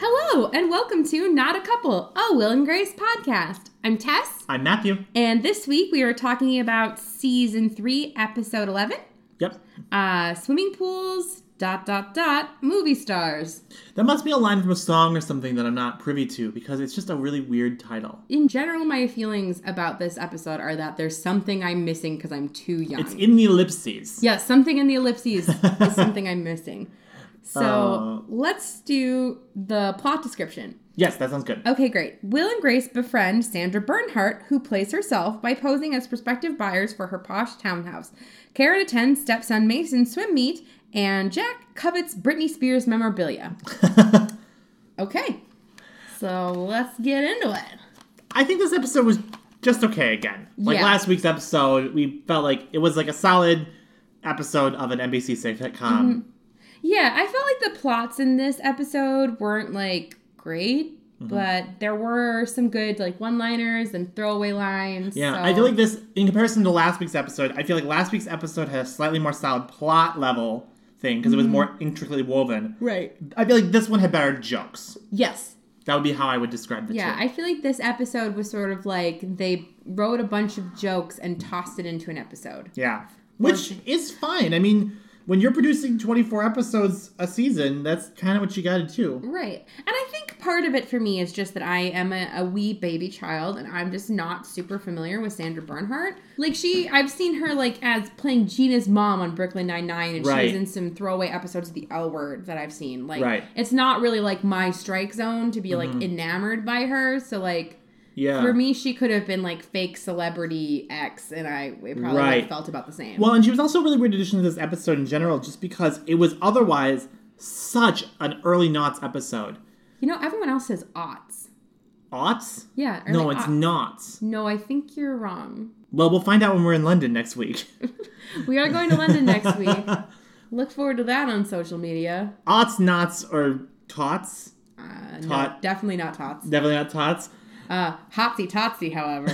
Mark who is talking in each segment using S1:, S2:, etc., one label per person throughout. S1: Hello, and welcome to Not a Couple, a Will and Grace podcast. I'm Tess,
S2: I'm Matthew.
S1: and this week we are talking about season three, episode 11
S2: Yep.
S1: uh, swimming pools, dot, dot, dot, movie stars.
S2: That must be a line from a song or something that I'm not privy to because it's just a really weird title.
S1: In general, my feelings about this episode are that there's something I'm missing because I'm too young.
S2: It's in the ellipses.
S1: yeah, something in the ellipses is something I'm missing. So
S2: Oh.
S1: let's do the plot description.
S2: Yes, that sounds good.
S1: Okay, great. Will and Grace befriend Sandra Bernhardt, who plays herself by posing as prospective buyers for her posh townhouse. Karen attends stepson Mason's swim meet, and Jack covets Britney Spears memorabilia. okay, so let's get into it.
S2: I think this episode was just okay again. Like
S1: Yeah.
S2: last week's episode, we felt like it was like a solid episode of an NBC sitcom.
S1: Mm-hmm. Yeah, I felt like the plots in this episode weren't like great,
S2: Mm-hmm.
S1: but there were some good like one-liners and throwaway lines.
S2: Yeah,
S1: so-
S2: I feel like this in comparison to last week's episode. I feel like last week's episode had a slightly more solid plot level thing because it was
S1: Mm-hmm.
S2: more intricately woven.
S1: right.
S2: I feel like this one had better jokes.
S1: Yes.
S2: That would be how I would describe the
S1: Yeah,
S2: two.
S1: I feel like this episode was sort of like they wrote a bunch of jokes and tossed it into an episode.
S2: Yeah. Which is fine. I mean, when you're producing 24 episodes a season, that's kind of what you got to do.
S1: Right. And I think part of it for me is just that I am a, a wee baby child and I'm just not super familiar with Sandra Bernhardt. Like she I've seen her like as playing Gina's mom on Brooklyn Nine Nine and
S2: Right.
S1: she's in some throwaway episodes of the L word that I've seen. Like
S2: Right.
S1: it's not really like my strike zone to be like enamored by her. So like
S2: Yeah.
S1: for me she could have been like fake celebrity X and I it probably would
S2: Right.
S1: have felt about the same.
S2: Well, and she was also a really weird addition to this episode in general, just because it was otherwise such an early knots episode.
S1: You know, everyone else says aughts.
S2: Aughts?
S1: Yeah. or
S2: No,
S1: like
S2: it's
S1: aughts.
S2: knots.
S1: No, I think you're wrong.
S2: Well, we'll find out when we're in London next week.
S1: We are going to London next week. Look forward to that on social media.
S2: Aughts, knots, or tots?
S1: Uh, no,
S2: Tot.
S1: definitely not tots.
S2: Definitely not tots.
S1: Uh, Hotsy Totsy, however,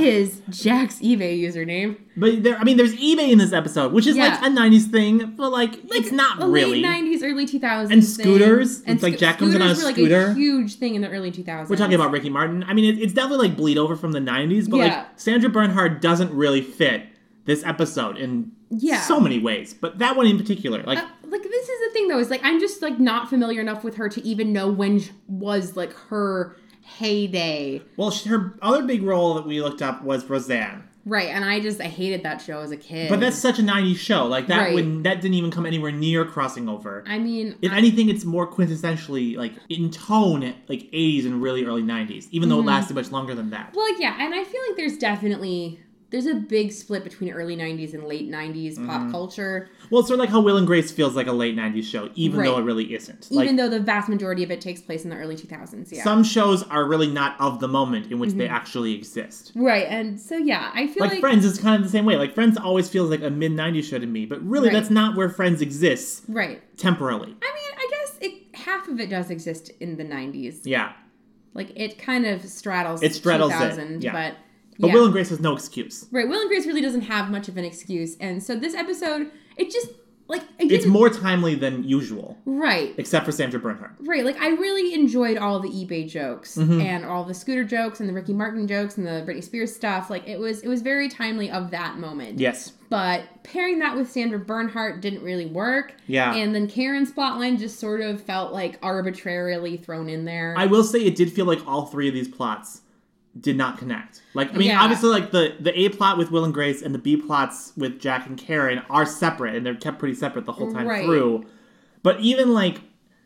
S1: is Jack's eBay username.
S2: But there, I mean, there's eBay in this episode, which is like
S1: Yeah.
S2: a '90s thing, but like, it's not
S1: the
S2: really.
S1: late 90s, early 2000s.
S2: And scooters? It's like Jack comes in on a
S1: scooters were, Like
S2: scooter.
S1: a huge thing in the early 2000s.
S2: We're talking about Ricky Martin. I mean, it, it's definitely like bleed over from the '90s, but
S1: Yeah.
S2: like Sandra Bernhard doesn't really fit this episode in
S1: Yeah.
S2: so many ways. But that one in particular, like,
S1: Uh, like this is the thing though is like i'm just like not familiar enough with her to even know when sh- was like her heyday
S2: well, she, her other big role that we looked up was Roseanne,
S1: Right, and I just I hated that show as a kid.
S2: but that's such a '90s show. Like that
S1: Right.
S2: would that didn't even come anywhere near crossing over.
S1: I mean,
S2: If
S1: I-
S2: anything, it's more quintessentially like in tone, like '80s and really early '90s, even though it
S1: Mm-hmm.
S2: lasted much longer than that.
S1: well, yeah, and I feel like there's definitely there's a big split between early '90s and late '90s
S2: Mm-hmm.
S1: pop culture,
S2: Well, it's sort of like how Will and Grace feels like a late '90s show, even though
S1: Right.
S2: it really isn't. Like,
S1: even though the vast majority of it takes place in the early 2000s. Yeah, Mm-hmm.
S2: some shows are really not of the moment in which they actually exist.
S1: right, and so yeah, I feel
S2: Like,
S1: like,
S2: Friends is kind of the same way. Like Friends always feels like a mid '90s show to me, but really
S1: Right.
S2: that's not where Friends exists
S1: right.
S2: temporally.
S1: I mean, I guess it half of it does exist in the '90s.
S2: Yeah,
S1: Like it kind of straddles
S2: It straddles it,
S1: 2000,
S2: yeah.
S1: but
S2: but
S1: yeah.
S2: Will and Grace has no excuse.
S1: right, Will and Grace really doesn't have much of an excuse, and so this episode, it just like it
S2: It's
S1: didn't-
S2: more timely than usual,
S1: right.
S2: except for Sandra Bernhardt.
S1: Right, like I really enjoyed all the eBay jokes
S2: Mm-hmm.
S1: and all the scooter jokes and the Ricky Martin jokes and the Britney Spears stuff. Like it was it was very timely of that moment.
S2: Yes,
S1: But pairing that with Sandra Bernhardt didn't really work.
S2: Yeah.
S1: And then Karen's plotline just sort of felt like arbitrarily thrown in there.
S2: I will say it did feel like all three of these plots did not connect. Like I mean,
S1: Yeah.
S2: obviously, like the the A plot with Will and Grace and the B plots with Jack and Karen are separate, and they're kept pretty separate the whole time
S1: Right.
S2: through. But even like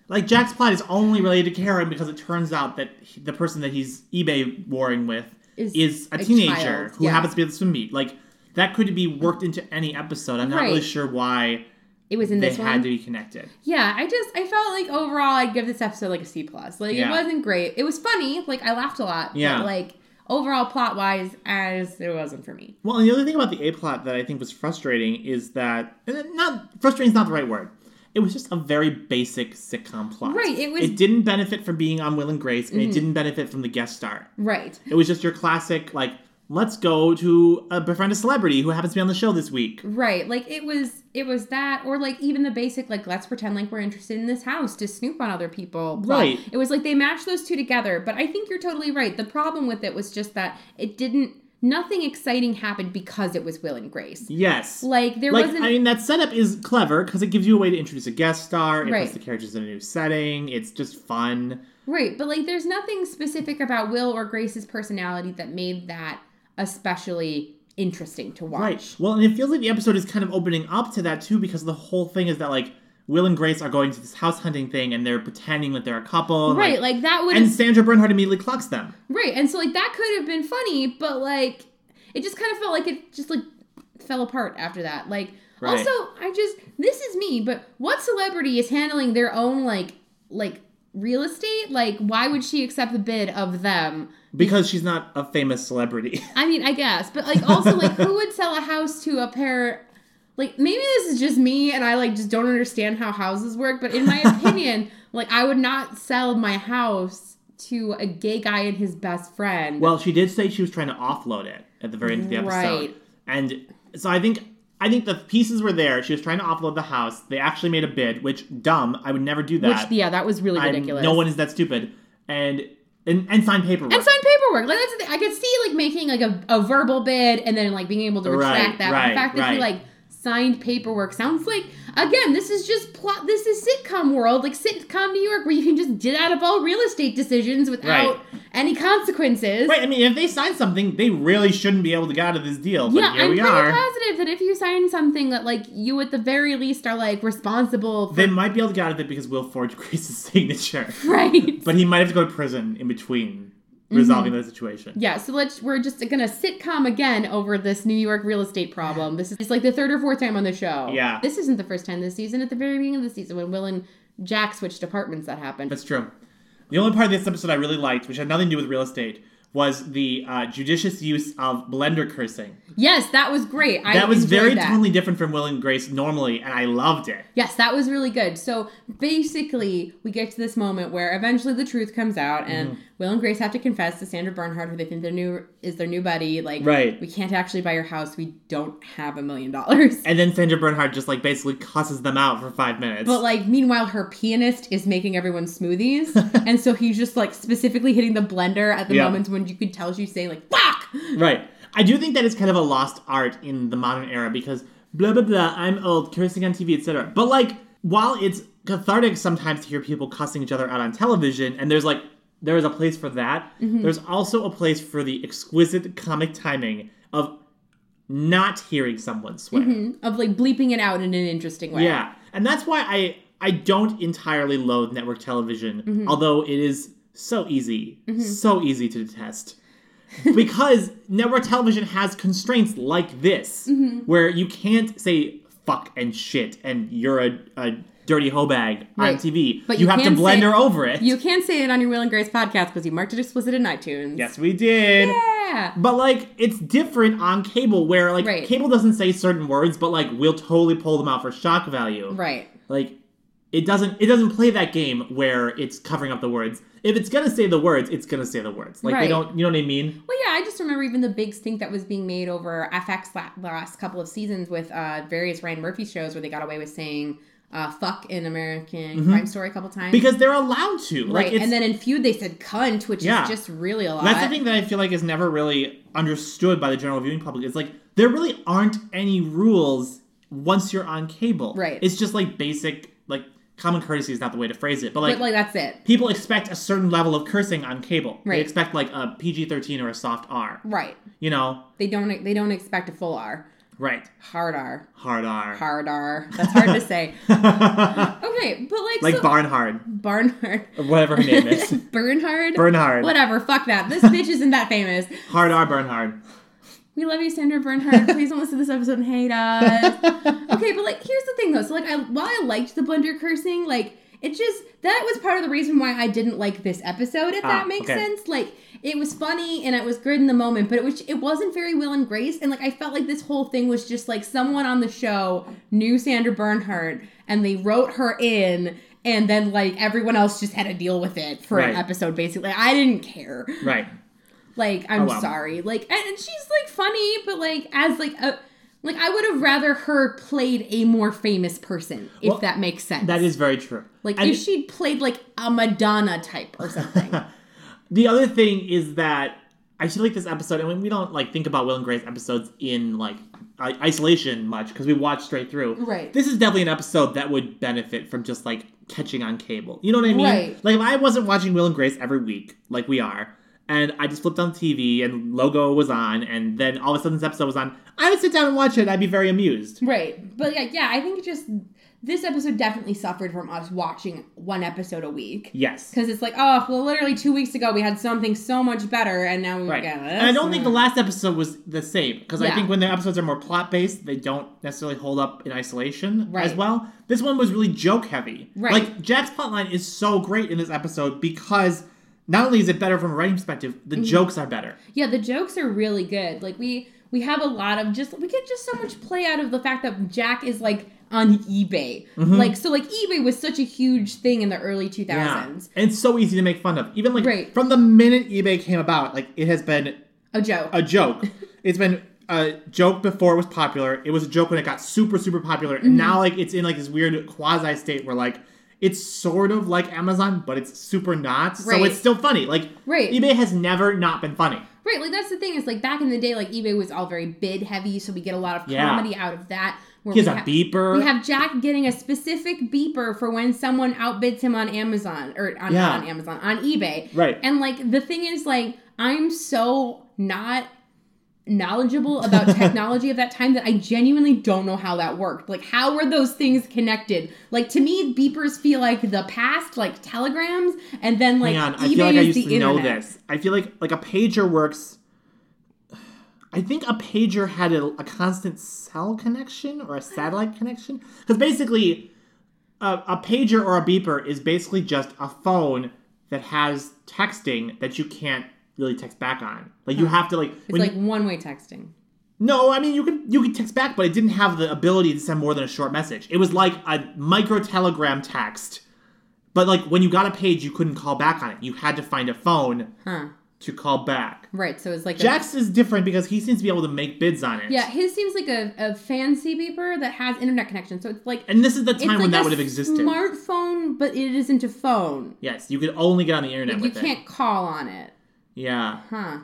S2: like Jack's plot is only related to Karen because it turns out that he- the person that he's eBay warring with
S1: Is
S2: is, a
S1: a
S2: teenager
S1: child,
S2: who
S1: yeah.
S2: happens to be at the swim meet. Like that could be worked into any episode. I'm not really
S1: Right.
S2: sure why
S1: it was in
S2: they
S1: this one.
S2: had to be connected.
S1: Yeah, I just I felt like overall I'd give this episode like a C plus. Like it
S2: Yeah.
S1: wasn't great. It was funny. Like I laughed a lot.
S2: Yeah.
S1: But like overall plot wise, as it wasn't for me.
S2: Well, and the other thing about the A plot that I think was frustrating is that and not frustrating is not the right word. It was just a very basic sitcom plot.
S1: Right, it was- Mm-hmm.
S2: It didn't benefit from being on Will and Grace, and it didn't benefit from the guest star.
S1: Right.
S2: It was just your classic like let's go to uh, befriend a celebrity who happens to be on the show this week.
S1: Right. Like it was it was that or like even the basic like let's pretend like we're interested in this house to snoop on other people. plot.
S2: Right.
S1: It was like they matched those two together, but I think you're totally right. The problem with it was just that it didn't nothing exciting happened because it was Will and Grace.
S2: Yes.
S1: Like there
S2: Like,
S1: wasn't
S2: I mean, that setup is clever because it gives you a way to introduce a guest star. It
S1: Right.
S2: puts the characters in a new setting. It's just fun.
S1: Right, but like there's nothing specific about Will or Grace's personality that made that especially interesting to watch.
S2: Right. Well, and it feels like the episode is kind of opening up to that too because the whole thing is that, like, Will and Grace are going to this house hunting thing and they're pretending that they're a couple. and,
S1: Right,
S2: like-
S1: like that would
S2: and Sandra Bernhardt immediately clocks them.
S1: Right, and so like that could have been funny, but like it just kind of felt like it just like fell apart after that. Like
S2: Right.
S1: also, I just this is me, but what celebrity is handling their own like like real estate? Like why would she accept the bid of them?
S2: Because she's not a famous celebrity.
S1: I mean, I guess, but like also like who would sell a house to a pair like maybe this is just me and I like just don't understand how houses work, but in my opinion, like I would not sell my house to a gay guy and his best friend.
S2: Well, she did say she was trying to offload it at the very end of the episode.
S1: Right.
S2: And so I think I think the pieces were there. She was trying to offload the house. They actually made a bid, which dumb. I would never do that.
S1: Which yeah, that was really
S2: I'm-
S1: ridiculous.
S2: no one is that stupid. And and, and sign paperwork.
S1: and sign paperwork. Like that's the thing. I could see like making like a, a verbal bid and then like being able to retract
S2: Right,
S1: that. but
S2: right,
S1: the fact that he
S2: right.
S1: like signed paperwork sounds like again, this is just plot this is sitcom world, like sitcom New York where you can just get out of all real estate decisions without any consequences.
S2: right. I mean, if they sign something, they really shouldn't be able to get out of this deal. But
S1: Yeah,
S2: here
S1: I'm
S2: we
S1: pretty
S2: are.
S1: positive that if you sign something that like you at the very least are like responsible for
S2: They might be able to get out of it because Will forged Grace's signature.
S1: right.
S2: But he might have to go to prison in between resolving
S1: Mm-hmm.
S2: the situation.
S1: Yeah, so let's we're just gonna sitcom again over this New York real estate problem. This is it's like the third or fourth time on the show.
S2: Yeah.
S1: This isn't the first time this season, at the very beginning of the season when Will and Jack switched apartments that happened.
S2: That's true. The only part of this episode I really liked, which had nothing to do with real estate, was the uh, judicious use of blender cursing.
S1: Yes, that was great. I
S2: That was
S1: enjoyed
S2: very
S1: that.
S2: totally different from Will and Grace normally, and I loved it.
S1: Yes, that was really good. So basically, we get to this moment where eventually the truth comes out, and
S2: Mm-hmm.
S1: Will and Grace have to confess to Sandra Bernhardt, who they think their new is their new buddy. Like,
S2: Right.
S1: we can't actually buy your house. We don't have a million dollars.
S2: And then Sandra Bernhard just like basically cusses them out for five minutes.
S1: But like, meanwhile, her pianist is making everyone smoothies, and so he's just like specifically hitting the blender at the
S2: Yeah.
S1: moments when you could tell she's saying like "fuck."
S2: right. I do think that is kind of a lost art in the modern era because blah blah blah, I'm old, cursing on TV, etc. But like, while it's cathartic sometimes to hear people cussing each other out on television, and there's like there is a place for that, there's also a place for the exquisite comic timing of not hearing someone swear.
S1: Of like bleeping it out in an interesting way.
S2: Yeah, and that's why I I don't entirely loathe network television,
S1: Mm-hmm.
S2: although it is so easy, so easy to detest. because network television has constraints like this,
S1: Mm-hmm.
S2: where you can't say fuck and shit and you're a, a dirty hoe bag
S1: Right.
S2: on TV.
S1: But
S2: you,
S1: you
S2: have to
S1: can say-
S2: blender over it.
S1: You can say it on your Will and Grace podcast because you marked it explicit in iTunes.
S2: yes, we did.
S1: Yeah.
S2: But like it's different on cable where like
S1: Right.
S2: cable doesn't say certain words, but like we'll totally pull them out for shock value.
S1: Right.
S2: Like it doesn't it doesn't play that game where it's covering up the words. If it's gonna say the words, it's gonna say the words. Like
S1: Right.
S2: they don't you know what I mean?
S1: Well, yeah, I just remember even the big stink that was being made over FX la- last couple of seasons with uh, various Ryan Murphy shows where they got away with saying uh, "fuck" in American Crime Story a couple times.
S2: Mm-hmm. Because they're allowed to. Like
S1: right,
S2: it's
S1: and then in Feud they said "cunt," which
S2: Yeah.
S1: is just really a lot.
S2: that's the thing that I feel like is never really understood by the general viewing public. It's like there really aren't any rules once you're on cable.
S1: Right.
S2: It's just like basic like common courtesy is not the way to phrase it. But like
S1: but like that's it.
S2: people expect a certain level of cursing on cable.
S1: Right.
S2: They expect like a PG thirteen or a soft R.
S1: Right.
S2: You know,
S1: They don't they don't expect a full R.
S2: right?
S1: Hard R.
S2: Hard R.
S1: Hard R. That's hard to say. Okay, but like,
S2: like
S1: so
S2: Barnhard
S1: Barnhard.
S2: or whatever her name is.
S1: Bernhard?
S2: Bernhard.
S1: Whatever, fuck that. This bitch isn't that famous.
S2: Hard R Bernhard.
S1: We love you, Sandra Bernhard. Please don't listen to this episode and hate us. okay, but like, here's the thing though. So like, I while I liked the blender cursing, like it just that was part of the reason why I didn't like this episode. If that
S2: Ah,
S1: makes
S2: okay.
S1: sense, like it was funny and it was good in the moment, but it was it wasn't very Will and Grace, and like I felt like this whole thing was just like someone on the show knew Sandra Bernhard and they wrote her in. And then, like everyone else, just had to deal with it for an
S2: Right.
S1: episode. Basically, I didn't care.
S2: Right.
S1: Like, I'm
S2: Oh, wow.
S1: sorry. Like, and, and she's like funny, but like as like a like I would have rather her played a more famous person, if
S2: Well,
S1: that makes sense.
S2: That is very true.
S1: like
S2: And-
S1: if she'd played like a Madonna type or something.
S2: The other thing is that I actually like this episode, and we- we don't like think about Will and Grace episodes in like i- isolation much because we watch straight through.
S1: Right.
S2: This is definitely an episode that would benefit from just like catching on cable. You know what I mean?
S1: Right.
S2: Like if I wasn't watching Will and Grace every week, like we are, and I just flipped on TV and Logo was on, and then all of a sudden this episode was on, I would sit down and watch it. and I'd be very amused.
S1: Right. But yeah, yeah, I think it just this episode definitely suffered from us watching one episode a week.
S2: Yes.
S1: Because it's like, oh, well, literally two weeks ago we had something so much better, and now we
S2: Right.
S1: got this.
S2: And I don't think the last episode was the same because I
S1: Yeah.
S2: think when their episodes are more plot based, they don't necessarily hold up in isolation as
S1: Right.
S2: well. This one was really joke heavy.
S1: Right.
S2: Like Jack's plotline is so great in this episode because not only is it better from a writing perspective, the
S1: Mm-hmm.
S2: jokes are better.
S1: Yeah, the jokes are really good. Like we we have a lot of just we get just so much play out of the fact that Jack is like on eBay.
S2: Mm-hmm.
S1: Like so like eBay was such a huge thing in the early 2000s.
S2: And it's so easy to make fun of. Even like
S1: Right.
S2: from the minute eBay came about, like it has been
S1: A joke.
S2: a joke. it's been a joke before it was popular. It was a joke when it got super, super popular, and
S1: Mm-hmm.
S2: now like it's in like this weird quasi state where like it's sort of like Amazon, but it's super not. So
S1: Right.
S2: it's still funny. Like
S1: Right.
S2: eBay has never not been funny.
S1: Right, like that's the thing is like back in the day, like eBay was all very bid heavy, so we get a lot of
S2: Yeah.
S1: comedy out of that. Where
S2: He has
S1: we
S2: a
S1: ha-
S2: beeper.
S1: We have Jack getting a specific beeper for when someone outbids him on Amazon or on,
S2: Yeah.
S1: on Amazon on eBay.
S2: Right.
S1: and like the thing is, like I'm so not knowledgeable about technology of that time that I genuinely don't know how that worked. Like, how were those things connected? Like to me, beepers feel like the past, like telegrams, and then like
S2: Hang on, I
S1: eBay
S2: feel like
S1: is
S2: I used
S1: the
S2: to know
S1: internet.
S2: this. I feel like like a pager works. I think a pager had a, a constant cell connection or a satellite connection because basically, a, a pager or a beeper is basically just a phone that has texting that you can't really text back on. Like you have to like
S1: It's
S2: when
S1: like
S2: you,
S1: one way texting.
S2: no, I mean you can you can text back, but it didn't have the ability to send more than a short message. It was like a micro telegram text. But like when you got a page, you couldn't call back on it. You had to find a phone
S1: Huh.
S2: to call back.
S1: Right. So it's like a-
S2: Jax is different because he seems to be able to make bids on it.
S1: yeah, his seems like a, a fancy beeper that has internet connection. So it's like
S2: And this is the
S1: it's
S2: time
S1: like
S2: when that
S1: a
S2: would have existed.
S1: Smartphone, but it isn't a phone.
S2: yes, you could only get on the internet
S1: You
S2: with it.
S1: can't call on it.
S2: Yeah.
S1: Huh.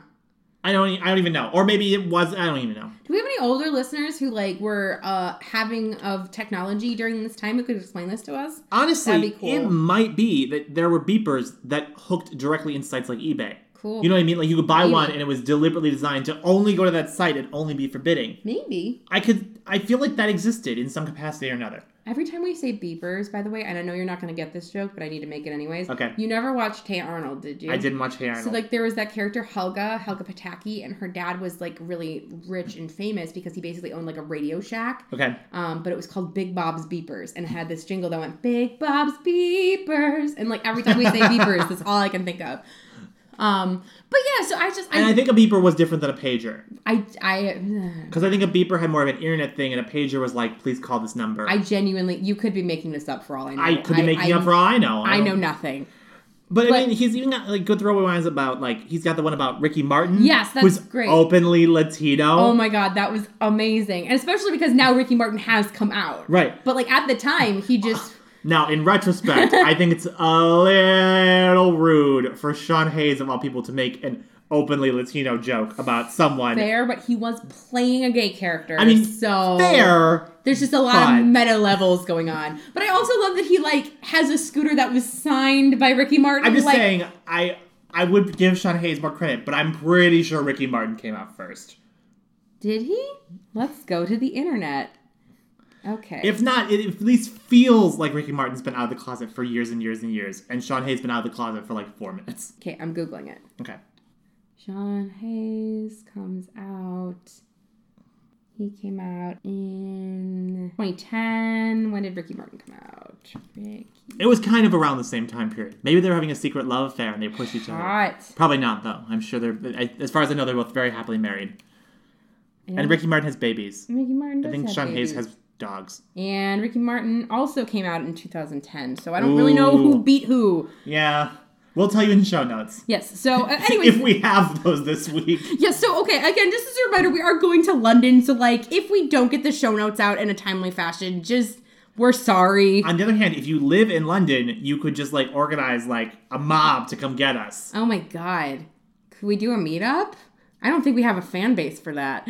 S2: I don't e- I don't even know. Or maybe it was I don't even know.
S1: Do we have any older listeners who like were uh having of technology during this time who could explain this to us?
S2: Honestly,
S1: That'd be cool.
S2: it might be that there were beepers that hooked directly in sites like eBay.
S1: Cool.
S2: You know what I mean? Like you could buy
S1: Maybe.
S2: one and it was deliberately designed to only go to that site and only be for bidding.
S1: Maybe.
S2: I could I feel like that existed in some capacity or another.
S1: Every time we say beepers, by the way, and I know you're not going to get this joke, but I need to make it anyways.
S2: Okay.
S1: You never watched Hey Arnold, did you?
S2: I didn't watch Hey Arnold.
S1: So like there was that character Helga, Helga Pataki, and her dad was like really rich and famous because he basically owned like a radio shack.
S2: okay.
S1: Um, but it was called Big Bob's Beepers and it had this jingle that went Big Bob's Beepers and like every time we say beepers, that's all I can think of. Um, but yeah, so I just
S2: And I
S1: I
S2: think a beeper was different than a pager.
S1: I I,
S2: Because I think a beeper had more of an internet thing, and a pager was like, "Please call this number."
S1: I genuinely you could be making this up for all I know.
S2: I could be making up for all I know.
S1: I know
S2: don't-
S1: nothing.
S2: but, I
S1: but-
S2: mean, he's even got like good throwaway lines about like he's got the one about Ricky Martin.
S1: Yes, that's
S2: who's
S1: great.
S2: Openly Latino.
S1: Oh my god, that was amazing. And especially because now Ricky Martin has come out.
S2: Right.
S1: But like at the time he just
S2: Now, in retrospect, I think it's a little rude for Sean Hayes of all people to make an openly Latino joke about someone.
S1: fair, but he was playing a gay character.
S2: I mean,
S1: so
S2: Fair.
S1: There's just a lot
S2: but-
S1: of meta levels going on. But I also love that he like has a scooter that was signed by Ricky Martin.
S2: I'm just
S1: like,
S2: saying, I I would give Sean Hayes more credit, but I'm pretty sure Ricky Martin came out first.
S1: Did he? Let's go to the internet. Okay.
S2: If not, it at least feels like Ricky Martin's been out of the closet for years and years and years, and Sean Hayes been out of the closet for like four minutes.
S1: okay, I'm googling it.
S2: Okay.
S1: Sean Hayes comes out. He came out in 2010. When did Ricky Martin come out? Ricky.
S2: It was kind of around the same time period. Maybe they were having a secret love affair and they pushed each other.
S1: Hot.
S2: Probably not, though. I'm sure they're, I- as far as I know, they're both very happily married.
S1: Yeah.
S2: And Ricky Martin has babies.
S1: Ricky Martin.
S2: I
S1: does
S2: think
S1: have
S2: Sean
S1: babies.
S2: Hayes has dogs.
S1: And Ricky Martin also came out in 2010, so I don't really know who
S2: Ooh.
S1: beat who.
S2: Yeah. We'll tell you in show notes.
S1: Yes. So, uh, anyways.
S2: If we have those this week.
S1: Yes, so okay, again, just as a reminder, we are going to London, so like if we don't get the show notes out in a timely fashion, just we're sorry.
S2: On the other hand, if you live in London, you could just like organize like a mob to come get us.
S1: oh my god. Could we do a meetup? I don't think we have a fan base for that.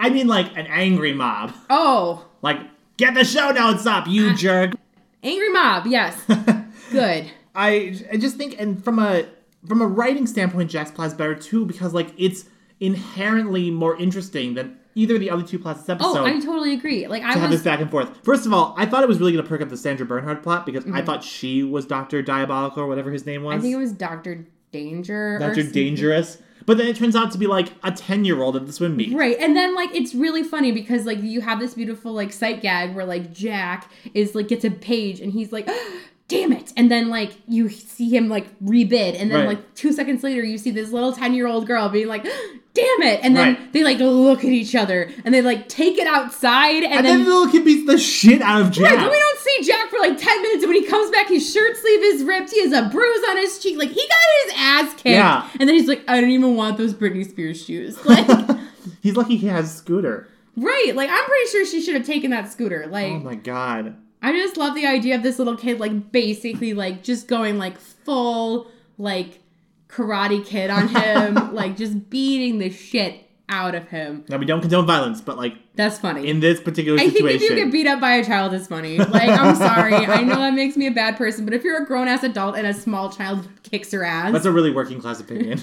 S2: I mean, like an angry mob.
S1: Oh,
S2: Like, get the show notes up, you jerk.
S1: Angry Mob, yes. Good.
S2: I I just think, and from a from a writing standpoint, Jack's plot is better too because like it's inherently more interesting than either of the other two plots this
S1: Oh,
S2: episode.
S1: I totally agree. Like
S2: to
S1: I
S2: have
S1: was
S2: this back and forth. First of all, I thought it was really going to perk up the Sandra Bernhard plot because I thought she was Doctor Diabolical or whatever his name was,
S1: Mm-hmm. I think it was Dr. Danger. or
S2: Doctor
S1: some-
S2: Dangerous. But then it turns out to be like a ten year old at the swim meet.
S1: Right. And then like it's really funny because like you have this beautiful like sight gag where like Jack is like gets a page and he's like Damn it! And then like you see him like rebid, and then
S2: Right.
S1: like two seconds later you see this little ten year old girl being like, "Damn it!" And then
S2: Right.
S1: they like look at each other, and they like take it outside, and,
S2: And
S1: then,
S2: then the little kid beats the shit out of Jack.
S1: Yeah, then we don't see Jack for like 10 minutes. And when he comes back, his shirt sleeve is ripped. He has a bruise on his cheek. Like, he got his ass kicked.
S2: Yeah.
S1: And then he's like, I don't even want those Britney Spears shoes. Like,
S2: He's lucky he has Scooter.
S1: right. Like, I'm pretty sure she should have taken that scooter. Like,
S2: Oh my god.
S1: I just love the idea of this little kid, like, basically, like, just going, like, full, like, karate kid on him. like, just beating the shit out of him.
S2: Now we don't condone violence, but like
S1: That's funny.
S2: in this particular
S1: I think
S2: situation,
S1: if you get beat up by a child, it's funny. Like, I'm sorry. I know that makes me a bad person, but if you're a grown ass adult and a small child kicks her ass,
S2: that's
S1: that's a,
S2: a really working class opinion.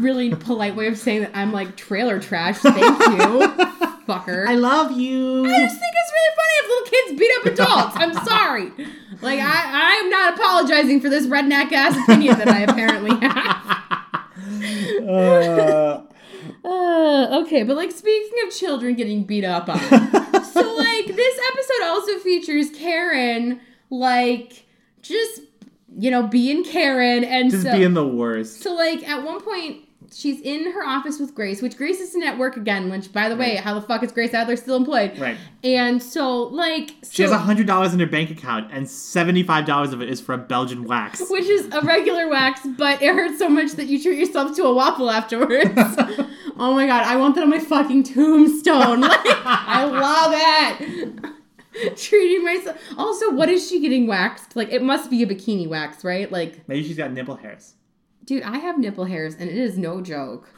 S1: really polite way of saying that I'm like trailer trash. Thank you, fucker.
S2: I
S1: I,
S2: love you.
S1: just think it's really funny if little kids beat up adults. I'm sorry. Like, I, I'm not apologizing for this redneck ass opinion that I apparently have.
S2: Uh,
S1: Uh, okay, but like speaking of children getting beat up on, so like this episode also features Karen, like just you know being Karen, and
S2: just
S1: so
S2: being the worst.
S1: so like at one point she's in her office with Grace, which Grace isn't at work again. Which by the way, how the fuck is Grace Adler still employed?
S2: Right.
S1: And so like
S2: She has
S1: so-
S2: has hundred dollars in her bank account, and seventy-five dollars of it is for a Belgian wax.
S1: which is a regular wax, but it hurts so much that you treat yourself to a waffle afterwards. oh my god, I want that on my fucking tombstone. Like, I love it. Treating myself. Also, what is she getting waxed? Like, it must be a bikini wax, right? Like,
S2: Maybe she's got nipple hairs.
S1: dude, I have nipple hairs, and it is no joke.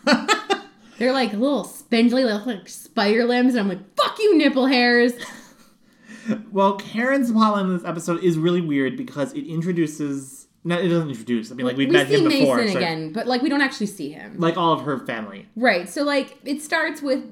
S1: They're like little spindly, little like spider limbs, and I'm like, fuck you, nipple hairs.
S2: Well, Karen's plot in this episode is really weird because it introduces. No, it doesn't introduce. I mean, like we've
S1: we
S2: met
S1: see
S2: him
S1: Mason
S2: before, so-
S1: again, but like we don't actually see him.
S2: like all of her family.
S1: Right. So like it starts with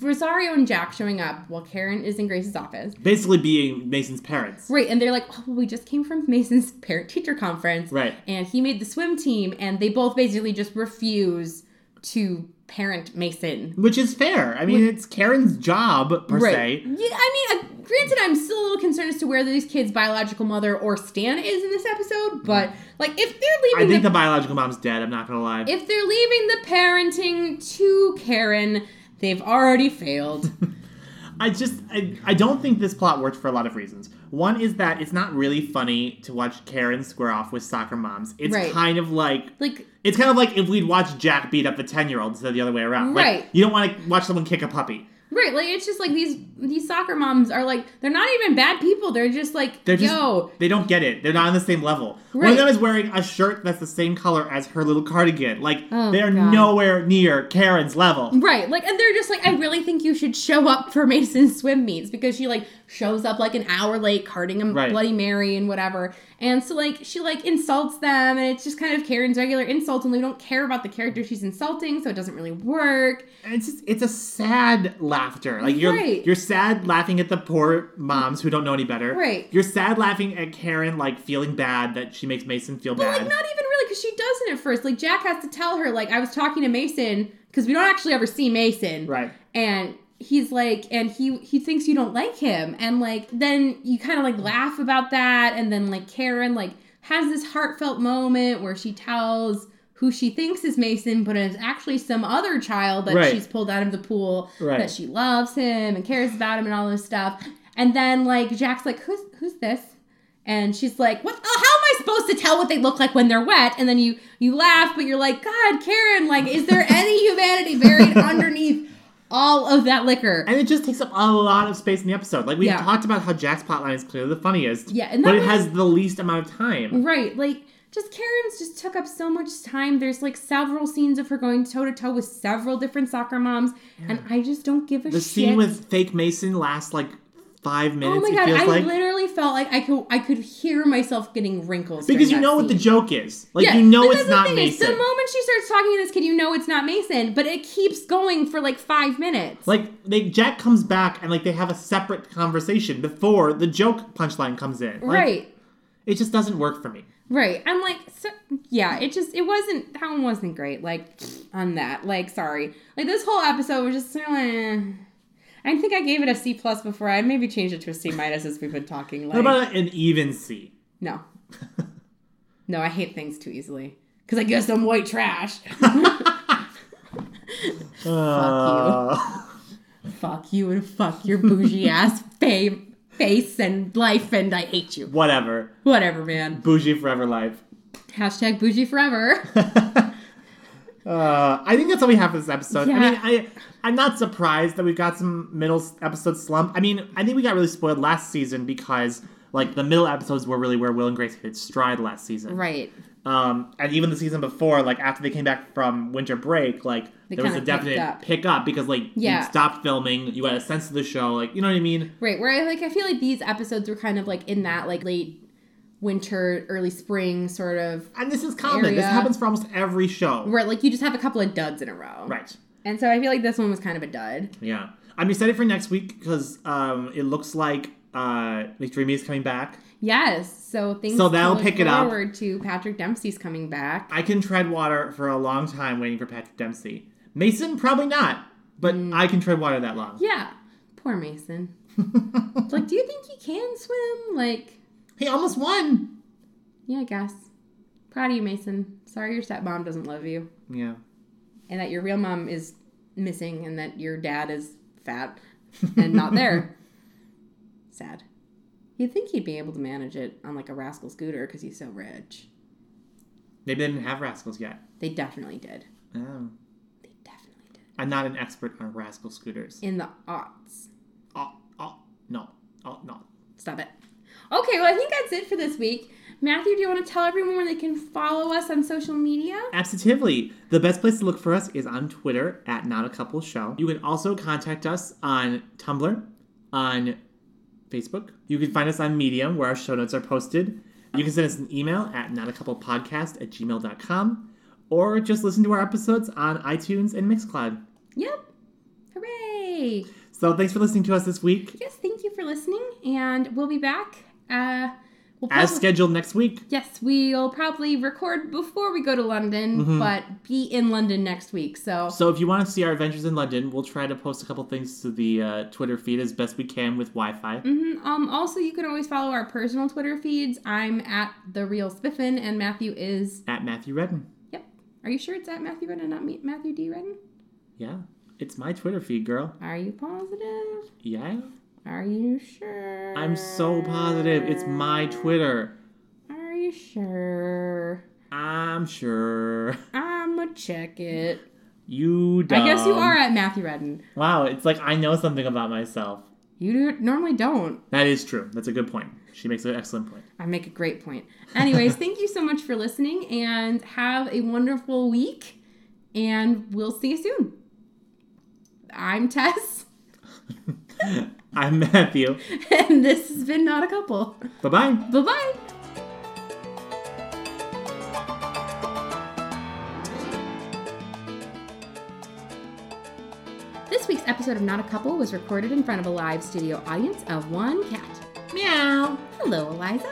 S1: Rosario and Jack showing up while Karen is in Grace's office.
S2: Basically, being Mason's parents.
S1: Right, and they're like, "Oh, we just came from Mason's parent teacher conference,
S2: Right.
S1: And he made the swim team, and they both basically just refuse to parent Mason,
S2: Which is fair. I mean, it's Karen's job per se.
S1: Yeah, I mean, uh, granted, I'm still a little concerned as to where these kids' biological mother or Stan is in this episode, but like if they're
S2: Mm. I
S1: leaving,
S2: think
S1: the,
S2: the biological mom's dead. I'm not gonna lie.
S1: if they're leaving the parenting to Karen, they've already failed.
S2: I just I, I don't think this plot worked for a lot of reasons. One is that it's not really funny to watch Karen square off with soccer moms. It's
S1: Right.
S2: kind of like
S1: like
S2: It's kind of like if we'd watch Jack beat up the 10 year old instead of the other way around. Like,
S1: Right.
S2: you don't want to watch someone kick a puppy.
S1: Right, like it's just like these these soccer moms are like they're not even bad people. They're just like
S2: They're just,
S1: yo,
S2: they don't get it. They're not on the same level. One
S1: Right.
S2: of them is wearing a shirt that's the same color as her little cardigan. Like,
S1: Oh,
S2: they're
S1: God.
S2: nowhere near Karen's level.
S1: right, like and they're just like I really think you should show up for Mason's swim meets because she like shows up like an hour late carting a
S2: Right.
S1: bloody mary and whatever. And so like she like insults them and it's just kind of Karen's regular insult and we don't care about the character she's insulting, so it doesn't really work.
S2: And it's just, it's a sad laughter. Like, you're,
S1: Right.
S2: you're sad laughing at the poor moms who don't know any better.
S1: Right.
S2: You're sad laughing at Karen, like, feeling bad that she makes Mason feel
S1: But,
S2: bad.
S1: like not even really because she doesn't at first. Like Jack has to tell her like I was talking to Mason because we don't actually ever see Mason.
S2: Right.
S1: And he's like, and he he thinks you don't like him, and like then you kind of like laugh about that, and then like Karen like has this heartfelt moment where she tells who she thinks is Mason, but it's actually some other child that
S2: Right.
S1: she's pulled out of the pool
S2: Right.
S1: that she loves him and cares about him and all this stuff. And then like Jack's like, who's who's this? and she's like, "What? oh, how am I supposed to tell what they look like when they're wet?" And then you you laugh, but you're like, "God, Karen, like, is there any humanity buried underneath all of that liquor?"
S2: And it just takes up a lot of space in the episode. Like we
S1: Yeah.
S2: have talked about how Jack's plotline is clearly the funniest.
S1: Yeah, and that
S2: but it
S1: was- Mm,
S2: has the least amount of time.
S1: Right. Like, just Karen's just took up so much time. There's like several scenes of her going toe to toe with several different soccer moms, and I just don't give a
S2: The
S1: shit.
S2: scene with fake Mason lasts like five
S1: oh
S2: minutes.
S1: my god,
S2: it feels
S1: I
S2: like
S1: literally felt like I could I could hear myself getting wrinkles
S2: because you
S1: during
S2: know
S1: that
S2: what
S1: scene.
S2: the joke is. Like
S1: Yeah,
S2: you know
S1: but
S2: it's
S1: that's the
S2: not
S1: thing is,
S2: Mason.
S1: The moment she starts talking to this kid, you know it's not Mason, but it keeps going for like five minutes.
S2: Like they Jack comes back and like they have a separate conversation before the joke punchline comes in. Like,
S1: right.
S2: It just doesn't work for me.
S1: Right. I'm like, so, yeah, it just, it wasn't, that one wasn't great. Like, on that. Like, sorry. Like, this whole episode was just, sort of like, eh. I think I gave it a C plus before. I maybe changed it to a C minus as we've been talking.
S2: What
S1: Like,
S2: about an even C?
S1: no. No, I hate things too easily. Because I guess I'm white trash.
S2: Uh,
S1: fuck you and fuck your bougie ass fame, face and life, and I hate you.
S2: Whatever.
S1: Whatever, man.
S2: Bougie forever life.
S1: Hashtag bougie forever.
S2: Uh, I think that's all we have for this episode. I
S1: Yeah.
S2: mean, I I'm not surprised that we've got some middle s- episode slump. I mean, I think we got really spoiled last season because like the middle episodes were really where Will and Grace hit its stride last season.
S1: right.
S2: Um, and even the season before, like after they came back from winter break, like
S1: They
S2: there was a
S1: kinda picked
S2: definite
S1: up.
S2: pick up because like
S1: Yeah.
S2: you stopped filming, you had a sense of the show, like you know what I mean?
S1: Right, where I like I feel like these episodes were kind of like in that like late winter, early spring sort of
S2: And this is common. This
S1: Area.
S2: happens for almost every show.
S1: where like you just have a couple of duds in a row.
S2: Right.
S1: And so I feel like this one was kind of a dud.
S2: Yeah. I'm excited for next week because um, it looks like uh, Dreamy is coming back.
S1: Yes. So things
S2: So
S1: to
S2: that'll
S1: look
S2: pick it up.
S1: forward to Patrick Dempsey's coming back.
S2: I can tread water for a long time waiting for Patrick Dempsey. Mason, probably not, but
S1: Mm.
S2: I can tread water that long.
S1: Yeah. Poor Mason. like, do you think he can swim? Like,
S2: He almost won.
S1: yeah, I guess. Proud of you, Mason. Sorry your stepmom doesn't love you.
S2: Yeah.
S1: And that your real mom is missing and that your dad is fat and not there. Sad. You'd think he'd be able to manage it on like a rascal scooter because he's so rich.
S2: Maybe they didn't have rascals yet.
S1: They definitely did.
S2: Oh.
S1: They definitely did.
S2: I'm not an expert on rascal scooters.
S1: In the aughts.
S2: Oh, oh, no. Oh, no.
S1: Stop it. Okay, well, I think that's it for this week. Matthew, do you want to tell everyone where they can follow us on social media?
S2: Absolutely. The best place to look for us is on Twitter at Not a Couple Show. You can also contact us on Tumblr, on Facebook. You can find us on Medium where our show notes are posted. You can send us an email at notacouplepodcast at gmail.com or just listen to our episodes on iTunes and Mixcloud.
S1: Yep. Hooray!
S2: So thanks for listening to us this week.
S1: Yes, thank you for listening, and we'll be back. Uh, we'll
S2: As
S1: probably-
S2: scheduled next week.
S1: Yes, we'll probably record before we go to London,
S2: Mm-hmm.
S1: but be in London next week. So,
S2: So if you want to see our adventures in London, we'll try to post a couple things to the uh, Twitter feed as best we can with Wi-Fi.
S1: Mhm. um, also you can always follow our personal Twitter feeds. I'm at the real Spiffin, and Matthew is.
S2: At Matthew Redden.
S1: Yep. Are you sure it's at Matthew Redden, not me, Matthew D Redden?
S2: Yeah. It's my Twitter feed, girl.
S1: Are you positive?
S2: Yeah.
S1: Are you sure?
S2: I'm so positive. It's my Twitter.
S1: Are you sure?
S2: I'm sure.
S1: I'ma check it.
S2: You dumb.
S1: I guess you are at Matthew Redden.
S2: Wow, it's like I know something about myself.
S1: You do, normally don't.
S2: That is true. That's a good point. She makes an excellent point.
S1: I make a great point. Anyways, thank you so much for listening and have a wonderful week. And we'll see you soon. I'm Tess,
S2: I'm Matthew.
S1: and this has been Not a Couple.
S2: Bye bye.
S1: Bye bye. This week's episode of Not a Couple was recorded in front of a live studio audience of one cat. Meow. Hello, Eliza.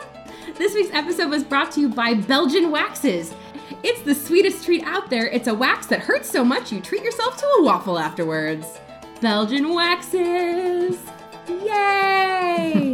S1: This week's episode was brought to you by Belgian Waxes. It's the sweetest treat out there. It's a wax that hurts so much you treat yourself to a waffle afterwards. Belgian Waxes. Yay!